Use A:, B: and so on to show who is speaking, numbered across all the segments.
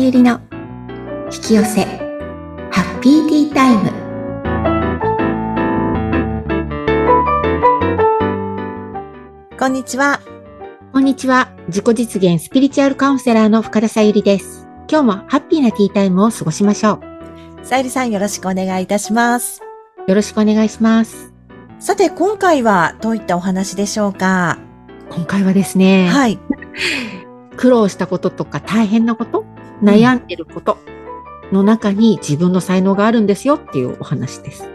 A: ゆりの引き寄せハッピーティータイム
B: こんにちは。
A: こんにちは自己実現スピリチュアルカウンセラーの深田さゆりです今日もハッピーなティータイムを過ごしましょう
B: さゆりさんよろしくお願いいたします。
A: よろしくお願いします
B: さて、今回はどういったお話でしょうか
A: 今回はですね、
B: はい。
A: 苦労したこととか大変なこと悩んでることの中に自分の才能があるんですよっていうお話です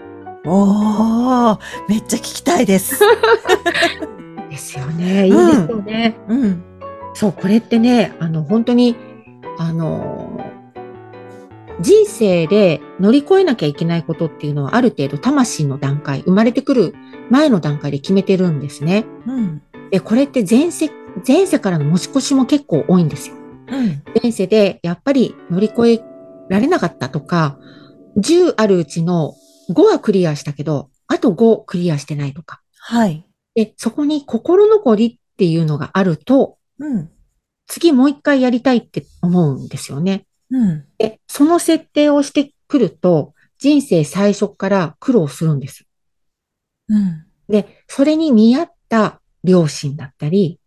B: おー、めっちゃ聞きたいです。
A: ですよねいいですよね、
B: うん。
A: そう、これってね、あの、本当に、あの、人生で乗り越えなきゃいけないことっていうのはある程度魂の段階、生まれてくる前の段階で決めてるんですね。
B: うん。
A: で、これって前世、前世からの持ち越しも結構多いんですよ。
B: うん。
A: 前世でやっぱり乗り越えられなかったとか、10あるうちの5はクリアしたけど、あと5クリアしてないとか。
B: はい。
A: で、そこに心残りっていうのがあると、
B: うん。
A: 次もう一回やりたいって思うんですよね。
B: うん。
A: で、その設定をしてくると、人生最初から苦労するんです。
B: うん。
A: で、それに見合った両親だったり、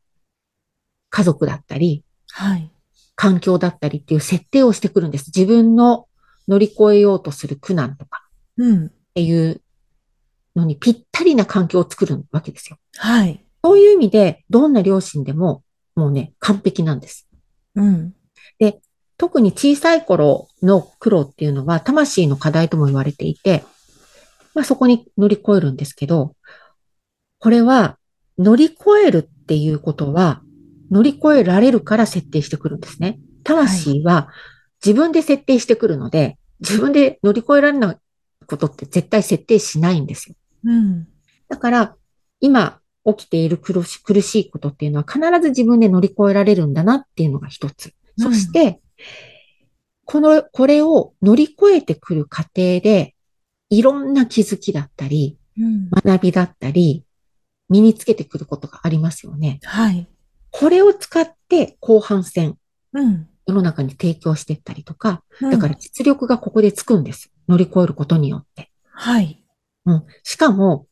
A: 家族だったり、
B: はい。
A: 環境だったりっていう設定をしてくるんです。自分の乗り越えようとする苦難とか
B: うん。
A: っていうのにぴったりな環境を作るわけですよ。
B: はい。
A: そういう意味で、どんな両親でも、もうね、完璧なんです。
B: うん。
A: 特に小さい頃の苦労っていうのは魂の課題とも言われていて、まあそこに乗り越えるんですけど、これは乗り越えるっていうことは乗り越えられるから設定してくるんですね。魂は自分で設定してくるので、自分で乗り越えられないことって絶対設定しないんですよ。
B: うん。
A: だから今起きている苦し苦しいことっていうのは必ず自分で乗り越えられるんだなっていうのが一つ。そして、この、これを乗り越えてくる過程で、いろんな気づきだったり、
B: うん。
A: 学びだったり、身につけてくることがありますよね。
B: はい。
A: これを使って後半戦、
B: うん。
A: 世の中に提供していったりとか、
B: うん
A: だから、実力がここでつくんです。乗り越えることによって。
B: はい。
A: うん。しかも、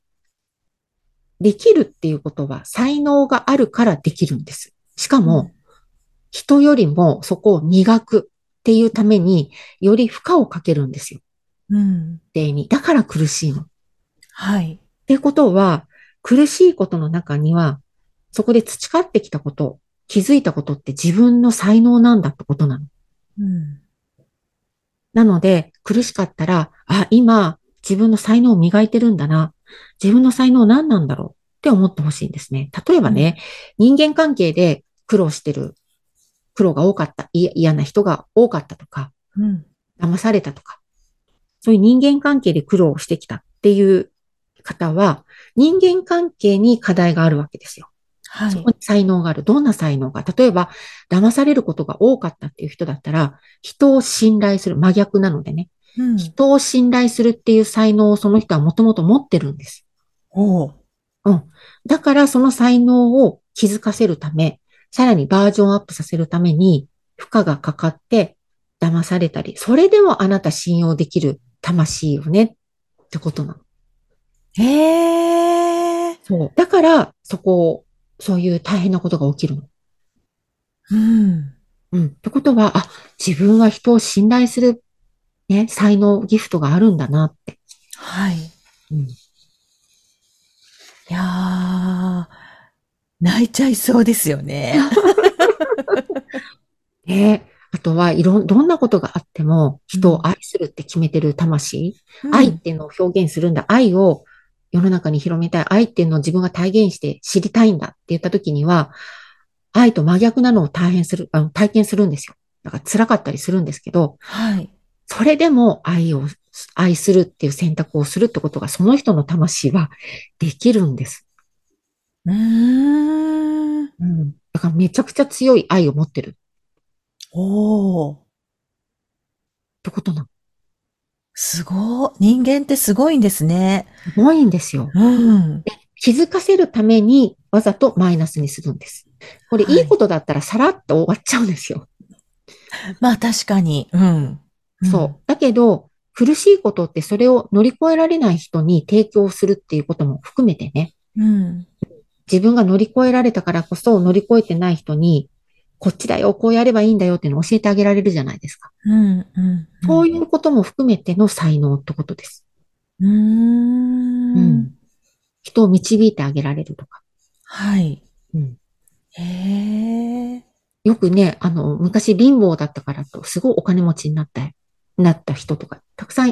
A: できるっていうことは才能があるからできるんです。しかも、人よりもそこを磨くっていうために、より負荷をかけるんですよ。
B: うん。
A: 定に。だから苦しいの。っ
B: はい。
A: てことは、苦しいことの中には、そこで培ってきたこと、気づいたことって自分の才能なんだってことなの。
B: うん。
A: なので、苦しかったら、あ、今、自分の才能を磨いてるんだな。自分の才能何なんだろうって思ってほしいんですね。例えばね、人間関係で苦労してる、苦労が多かった、い嫌な人が多かったとか、
B: うん。
A: 騙されたとか、そういう人間関係で苦労してきたっていう方は、人間関係に課題があるわけですよ。
B: は
A: そ
B: い
A: こ。に才能がある。どんな才能が例えば、騙されることが多かったっていう人だったら、人を信頼する。真逆なのでね。
B: うん。
A: 人を信頼するっていう才能をその人はもともと持ってるんです。
B: おー
A: だからその才能を気づかせるため、さらにバージョンアップさせるために、負荷がかかって騙されたり、それでもあなた信用できる魂よねってことなの。
B: へー。
A: そう。だから、そこを、そういう大変なことが起きるの。
B: うん。
A: うん。ってことは、あ、自分は人を信頼する、ね、才能、ギフトがあるんだなって。
B: はい。
A: うん
B: いやー、泣いちゃいそうです よね。
A: ねあとはいろん、どんなことがあっても、人を愛するって決めてる魂、愛っていうのを表現するんだ。愛を世の中に広めたい。愛っていうのを自分が体現して知りたいんだって言った時には、愛と真逆なのを大変する、あの体験するんですよ。だから辛かったりするんですけど、
B: はい。
A: それでも愛を、愛するっていう選択をするってことが、その人の魂はできるんです。
B: うーん。
A: うん。だからめちゃくちゃ強い愛を持ってる
B: おー、
A: ってことなの。
B: すごい。人間ってすごいんですね。
A: すごいんですよ。
B: うん。
A: 気づかせるためにわざとマイナスにするんです。これ、
B: はい
A: いいことだったらさらっと終わっちゃうんですよ。
B: まあ確かに。うん。
A: そう。だけど、苦しいことってそれを乗り越えられない人に提供するっていうことも含めてね、
B: うん。うん。
A: 自分が乗り越えられたからこそ乗り越えてない人に、こっちだよ、こうやればいいんだよっていうのを教えてあげられるじゃないですか。
B: うん。うん。
A: そういうことも含めての才能ってことです。
B: うーん。
A: うん人を導いてあげられるとか。
B: はい。
A: うん
B: へえ。
A: よくね、あの、昔貧乏だったからと、すごいお金持ちになった、なった人とか、たくさん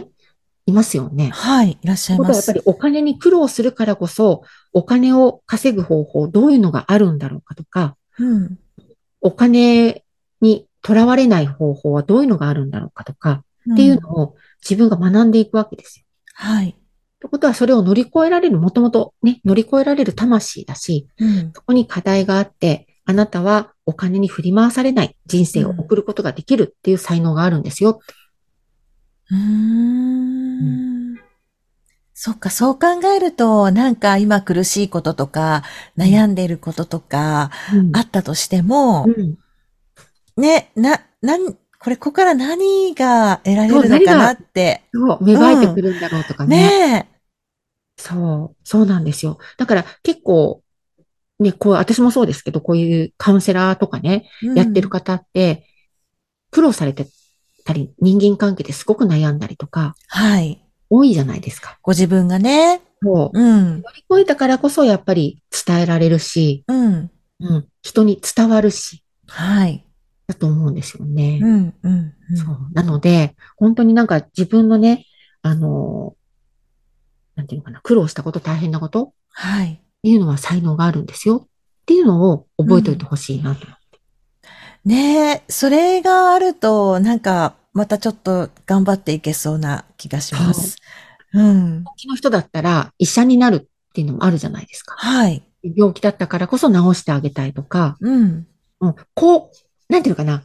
A: いますよね。
B: はい。いらっしゃい
A: 僕
B: ま
A: はやっ
B: す
A: ぱ。りお金に苦労するからこそ、お金を稼ぐ方法、どういうのがあるんだろうかとか、
B: うん。
A: お金にとらわれない方法はどういうのがあるんだろうかとか、っていう
B: うん。
A: のを自分が学んでいくわけですよ。
B: はい。
A: ということは、それを乗り越えられる、もともとね、乗り越えられる魂だし、
B: うん。
A: そこに課題があって、あなたはお金に振り回されない人生を送ることができるっていう才能があるんですよ。
B: うーん。そっか、そう考えると、なんか今苦しいこととか、悩んでいることとか、
A: うん
B: あったとしても
A: う、ん
B: ね、な、なん、これ、ここから何が得られ
A: そう
B: るの
A: 何が
B: かなって。
A: そう、芽生えてくるんだろうとかね。
B: ねえ。
A: そう、そうなんですよ。だから結構、ね、こう、私もそうですけど、こういうカウンセラーとかね、やってる
B: か。
A: 方って、苦労されてたり、人間関係ですごく悩んだりとか、
B: はい。
A: 多いじゃないですか。
B: ご自分がね。
A: そう。
B: うん。
A: 乗り越えたからこそ、やっぱり伝えられるし、
B: うん。
A: うん、人に伝わるし、
B: はい。
A: だと思うんですよね。
B: うん。うん。うん
A: そう。なので、本当になんか自分のね、あの、なんていうのかな、苦労したこと、大変なことっ
B: はい。
A: ていうのは才能があるんですよっていうのを覚えておいてほしいなと。
B: ねえ、それがあると、なんか、またちょっと頑張っていけそうな気がします。うん。
A: 病気の人だったら医者になるっていうのもあるじゃないですか。
B: はい。
A: 病気だったからこそ治してあげたいとか、
B: うん。
A: うん、こう、なんていうのかな、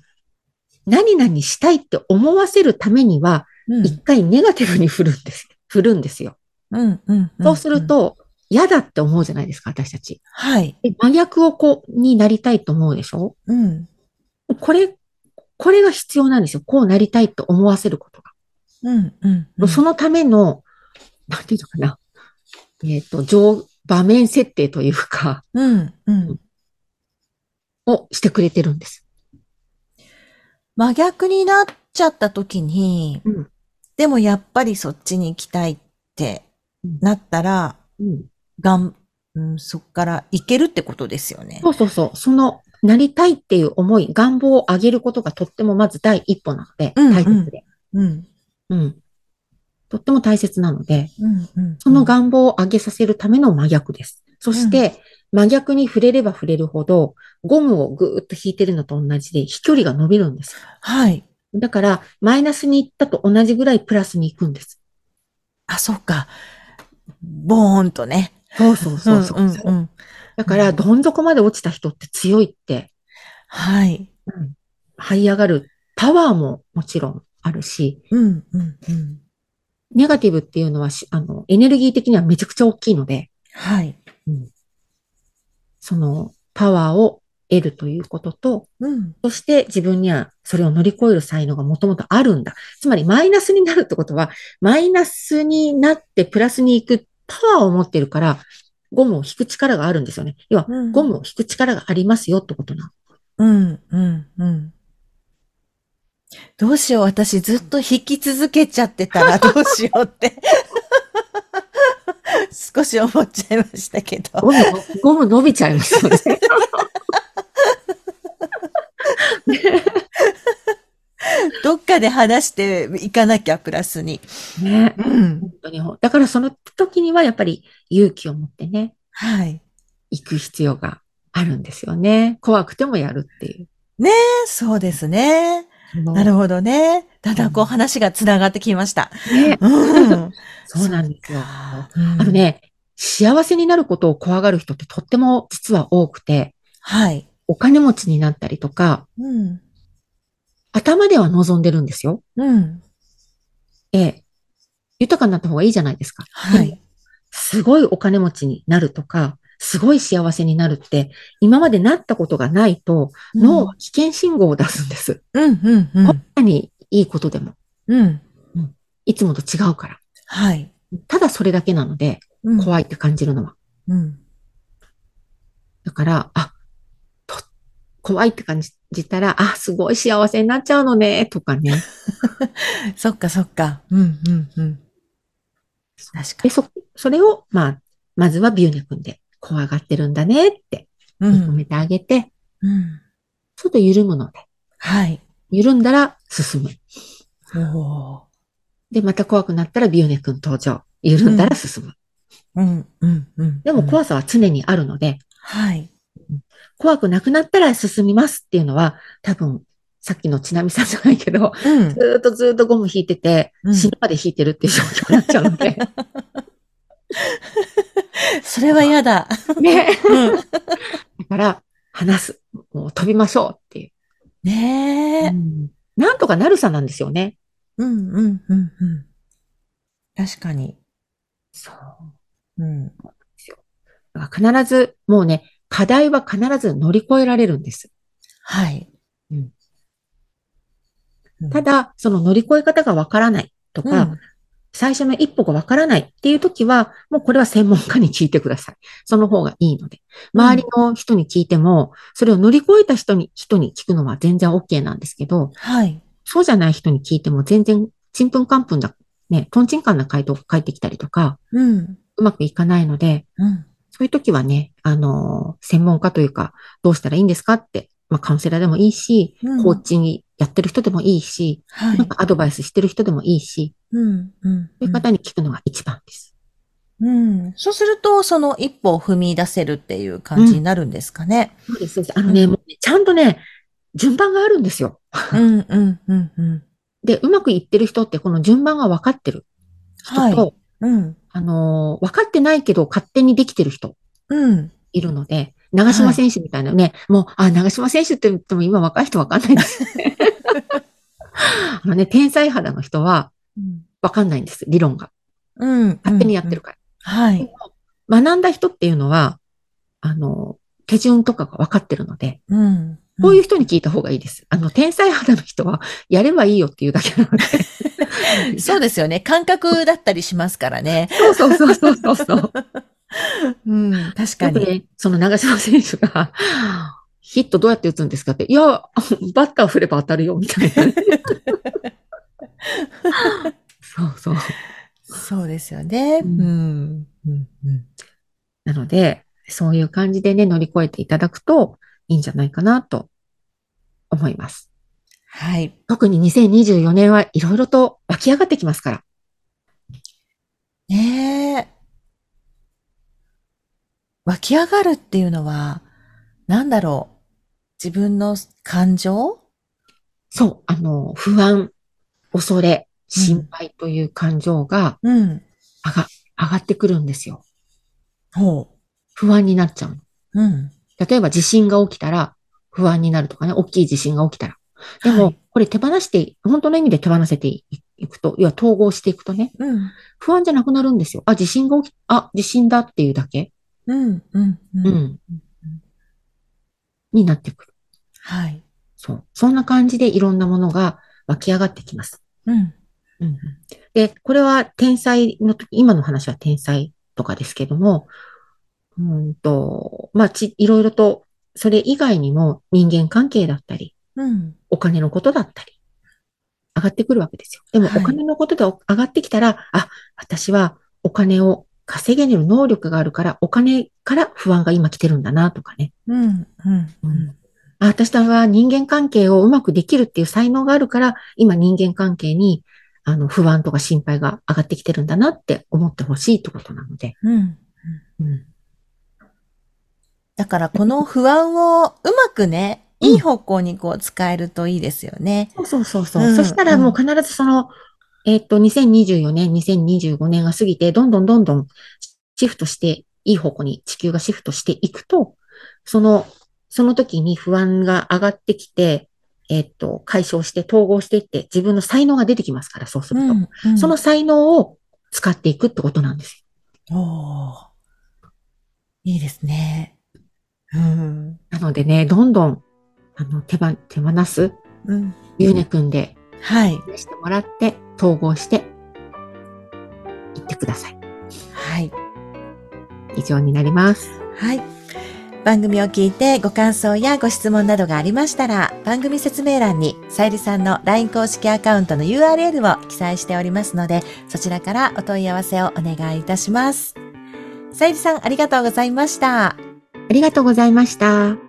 A: 何々したいって思わせるためには、
B: うん。
A: 一回ネガティブに振るんです。振るんですよ。
B: うん。うん。
A: そうすると、嫌だって思うじゃないですか、私たち。
B: うん。はい。
A: で真逆をこう、になりたいと思うでしょ
B: うん。
A: これ、これが必要なんですよ。こうなりたいと思わせることが。
B: うん。うん。うん
A: そのための、なんていうのかな。えっ、と、上、場面設定というか、
B: うん。うん。
A: をしてくれてるんです。
B: 真逆になっちゃった時に、
A: うん
B: でもやっぱりそっちに行きたいってなったら、
A: うん、
B: がん、うん、そっから行けるってことですよね
A: そ。うそうそう。その、なりたいっていう思い、願望を上げることがとってもまず第一歩なので、
B: うん
A: 大切で。
B: うん。
A: うん、とっても大切なので、
B: うん。うん。
A: その願望を上げさせるための真逆です。そして、真逆に触れれば触れるほど、ゴムをぐーっと引いてるのと同じで、飛距離が伸びるんです。
B: はい。
A: だから、マイナスに行ったと同じぐらいプラスに行くんです。
B: あ、そうか。ボーンとね。
A: そうそうそうそう。
B: んんん
A: だから、どん底まで落ちた人って強いって、
B: はい。
A: 這い上がるパワーももちろんあるし、
B: うん、うん、うん。
A: ネガティブっていうのはし、あの、エネルギー的にはめちゃくちゃ大きいので、
B: はい。
A: その、パワーを得るということと、
B: うん。
A: そして自分にはそれを乗り越える才能がもともとあるんだ。つまりマイナスになるってことは、マイナスになってプラスに行くパワーを持ってるから、ゴムを引く力があるんですよね。要は、
B: うん
A: ゴムを引く力がありますよってことな
B: うん、うん、うん。どうしよう。私ずっと引き続けちゃってたらどうしよ うって。少し思っちゃいましたけ
A: の。
B: ど。
A: ゴム、ゴム伸びちゃいますよね。
B: どっかで話していかなきゃ、プラスに。
A: ね
B: うん。
A: 本当に。だからその時にはやっぱり勇気を持ってね、
B: はい。
A: 行く必要があるんですよね。怖くてもやるっていう。
B: えそうですね。な
A: る
B: るほどね。だんだんこう話が繋がってきました。
A: ほど。ね。
B: うん。
A: そうなんですよ。
B: あ
A: あの。ね、幸せになることを怖がる人ってとっても実は多くて、
B: はい。
A: お金持ちになったりとか、
B: うん。
A: 頭では望んでるんですよ。
B: うん。
A: ええ。豊かになった方がいいじゃないですか。
B: は
A: でも
B: い。
A: すごいお金持ちになるとか、すごい幸せになるって、今までなったことがないと、脳は危険信号を出すんです。
B: うん、うん、う
A: こ
B: ん
A: ん。なにいいことでも、
B: うん。
A: いつもと違うから。
B: はい。
A: ただそれだけなので、
B: うん
A: 怖いって感じるのは。
B: うん。
A: だから、あ、と、怖いって感じたら、あ、すごい幸せになっちゃうのね、とかね。
B: そっか、そっか。うん、うん、うん。確
A: で、
B: かに。
A: そ、それを、まあ、まずはビューネ君で怖がってるんだねって
B: う
A: 認め
B: ん。
A: てあげて、
B: うん。
A: ちょっと緩むので、
B: はい。
A: 緩んだら進む。
B: おー
A: で、また怖くなったらビューネ君登場。緩んだら進む。
B: うん、うん、うん。
A: でも
B: い。
A: 怖さは常にあるので、
B: はい。
A: 怖くなくなったら進みますっていうのは、多分、さっきのちなみさんじゃないけど、
B: うん
A: ず。ーっとずーっとゴム引いてて
B: う、ん
A: 死ぬまで引いてるっていう状況になっちゃうので。
B: それは嫌だ。
A: ね。
B: うん
A: だから、話す。もう飛びましょうっていう。
B: ねえ。
A: なんとかなるさなんですよね。
B: うん、うん、うん、うん。確かに。
A: そう。
B: うん。
A: だから必ず、もうね、課題は必ず乗り越えられるんです。
B: はい。
A: うん
B: うん。
A: ただ、その乗り越え方がわからないと
B: う
A: か、
B: ん、
A: 最初の一歩がわからないっていう時は、もうこれは専門家に聞いてください。その方がいいので。
B: うん
A: 周りの人に聞いても、それを乗り越えた人に、人に聞くのは全然 OK なんですけど、
B: はい。
A: そうじゃない人に聞いても全然、ちんぷんかんぷんだ、ね、とんちんかんな回答が返ってきたりとか、
B: うん。
A: うまくいかないので、
B: うん。
A: そういう時はね、あのー専門家というか、どうしたらいいんですかって、まあ、カウンセラーでもいいし、
B: うん
A: コーチにやってる人でもいいし、
B: はい
A: なん。かアドバイスしてる人でもいいし、
B: うん。うん。
A: そういう方に聞くのが一番です。
B: うん。そうすると、その一歩を踏み出せるっていう感じになるんですかね。
A: そうです、そうです。あのね、
B: うん
A: もうねちゃんとね、順番があるんですよ。
B: うん、うん、うん、うん。
A: で、うまくいってる人って、この順番が分かってる人と、
B: はい。うん。
A: あのー分かってないけど勝手にできてる人
B: うん。
A: いるので、長島選手みたいなね、もう、あ、長島選手って言っても今若い人分かんないです よね。あのね、天才肌の人は分かんないんです、理論が。
B: うん。
A: 勝手にやってるから。
B: うん。はい。
A: 学んだ人っていうのは、あのー手順とかが分かってるので、
B: うん。
A: こういう
B: う。
A: 人に聞いた方がいいです。あの、天才肌の人は、やればいいよっていうだけなので。
B: そうですよね。感覚だったりしますからね。
A: そうそうそうそうそうそう。
B: うん。確か
A: よく
B: に。
A: ね、その長島選手が、 ヒットどうやって打つんですかって、いや、 バッター振れば当たるよ、み たいなね。そうそう。
B: そうですよね。
A: うん
B: うん。うん。うん
A: なので、そういう感じでね、乗り越えていただくといいんじゃないかなと思います。
B: はい。
A: 特に2024年はいろいろと湧き上がってきますから。
B: ねえ。湧き上がるっていうのは、なんだろう。自分の感情
A: そう、あの、不安、恐れ、心配という感情が
B: うん。
A: 上が,、上がってくるんですよ。
B: ほ
A: 不安になっちゃうの。
B: う。うん。
A: 例えば地震が起きたら不安になるとかね、大きい地震が起きたら。でも、
B: はい
A: これ手放していい、本当の意味で手放せていいくと、要は統合していくとね、
B: うん。
A: 不安じゃなくなるんですよ。あ、地震が起き、あ、地震だっていうだけ。
B: うん。うん。
A: う
B: うん。
A: ん。になってくる。
B: はい。
A: そう。そんな感じでいろんなものが湧き上がってきます。
B: うん。
A: うんで、これは天才の時、今の話は天才とかですけども、うーんと、まあ、ち、いろいろと、それ以外にも人間関係だったり、
B: うん。
A: お金のことだったり、上がってくるわけですよ。でも
B: はい
A: お金のことで上がってきたら、あ、私はお金を稼げる能力があるから、お金から不安が今来てるんだなとかね。
B: うん。うん。
A: あ私は人間関係をうまくできるっていう才能があるから、今人間関係にあの不安とか心配が上がってきてるんだなって思ってほしいってことなので。
B: うん。
A: うん、
B: だから、この不安をうまくね、いい方向にこう使えるといいですよね。
A: そうそうそうそう、
B: うん
A: そしたらもう必ずその、えっと、2024年、2025年が過ぎて、どんどんどんどんシフトして、いい方向に地球がシフトしていくと、その、その時に不安が上がってきて、えっと、解消して統合していって、自分の才能が出てきますから、そうすると。
B: ん。うん
A: その、才能を使っていくってことなんです
B: おーいいですね。うん。
A: なのでね、どんどん、あの、手ば、手放す、
B: うん。
A: ゆうねくんで、
B: はい。
A: 試してもらって、統合して、いってください。
B: はい。
A: 以上になります。
B: はい。番組を聞いてご感想やご質問などがありましたら、番組説明欄にさゆりさんの LINE 公式アカウントの URL を記載しておりますので、そちらからお問い合わせをお願いいたします。さゆりさんありがとうございました。
A: ありがとうございました。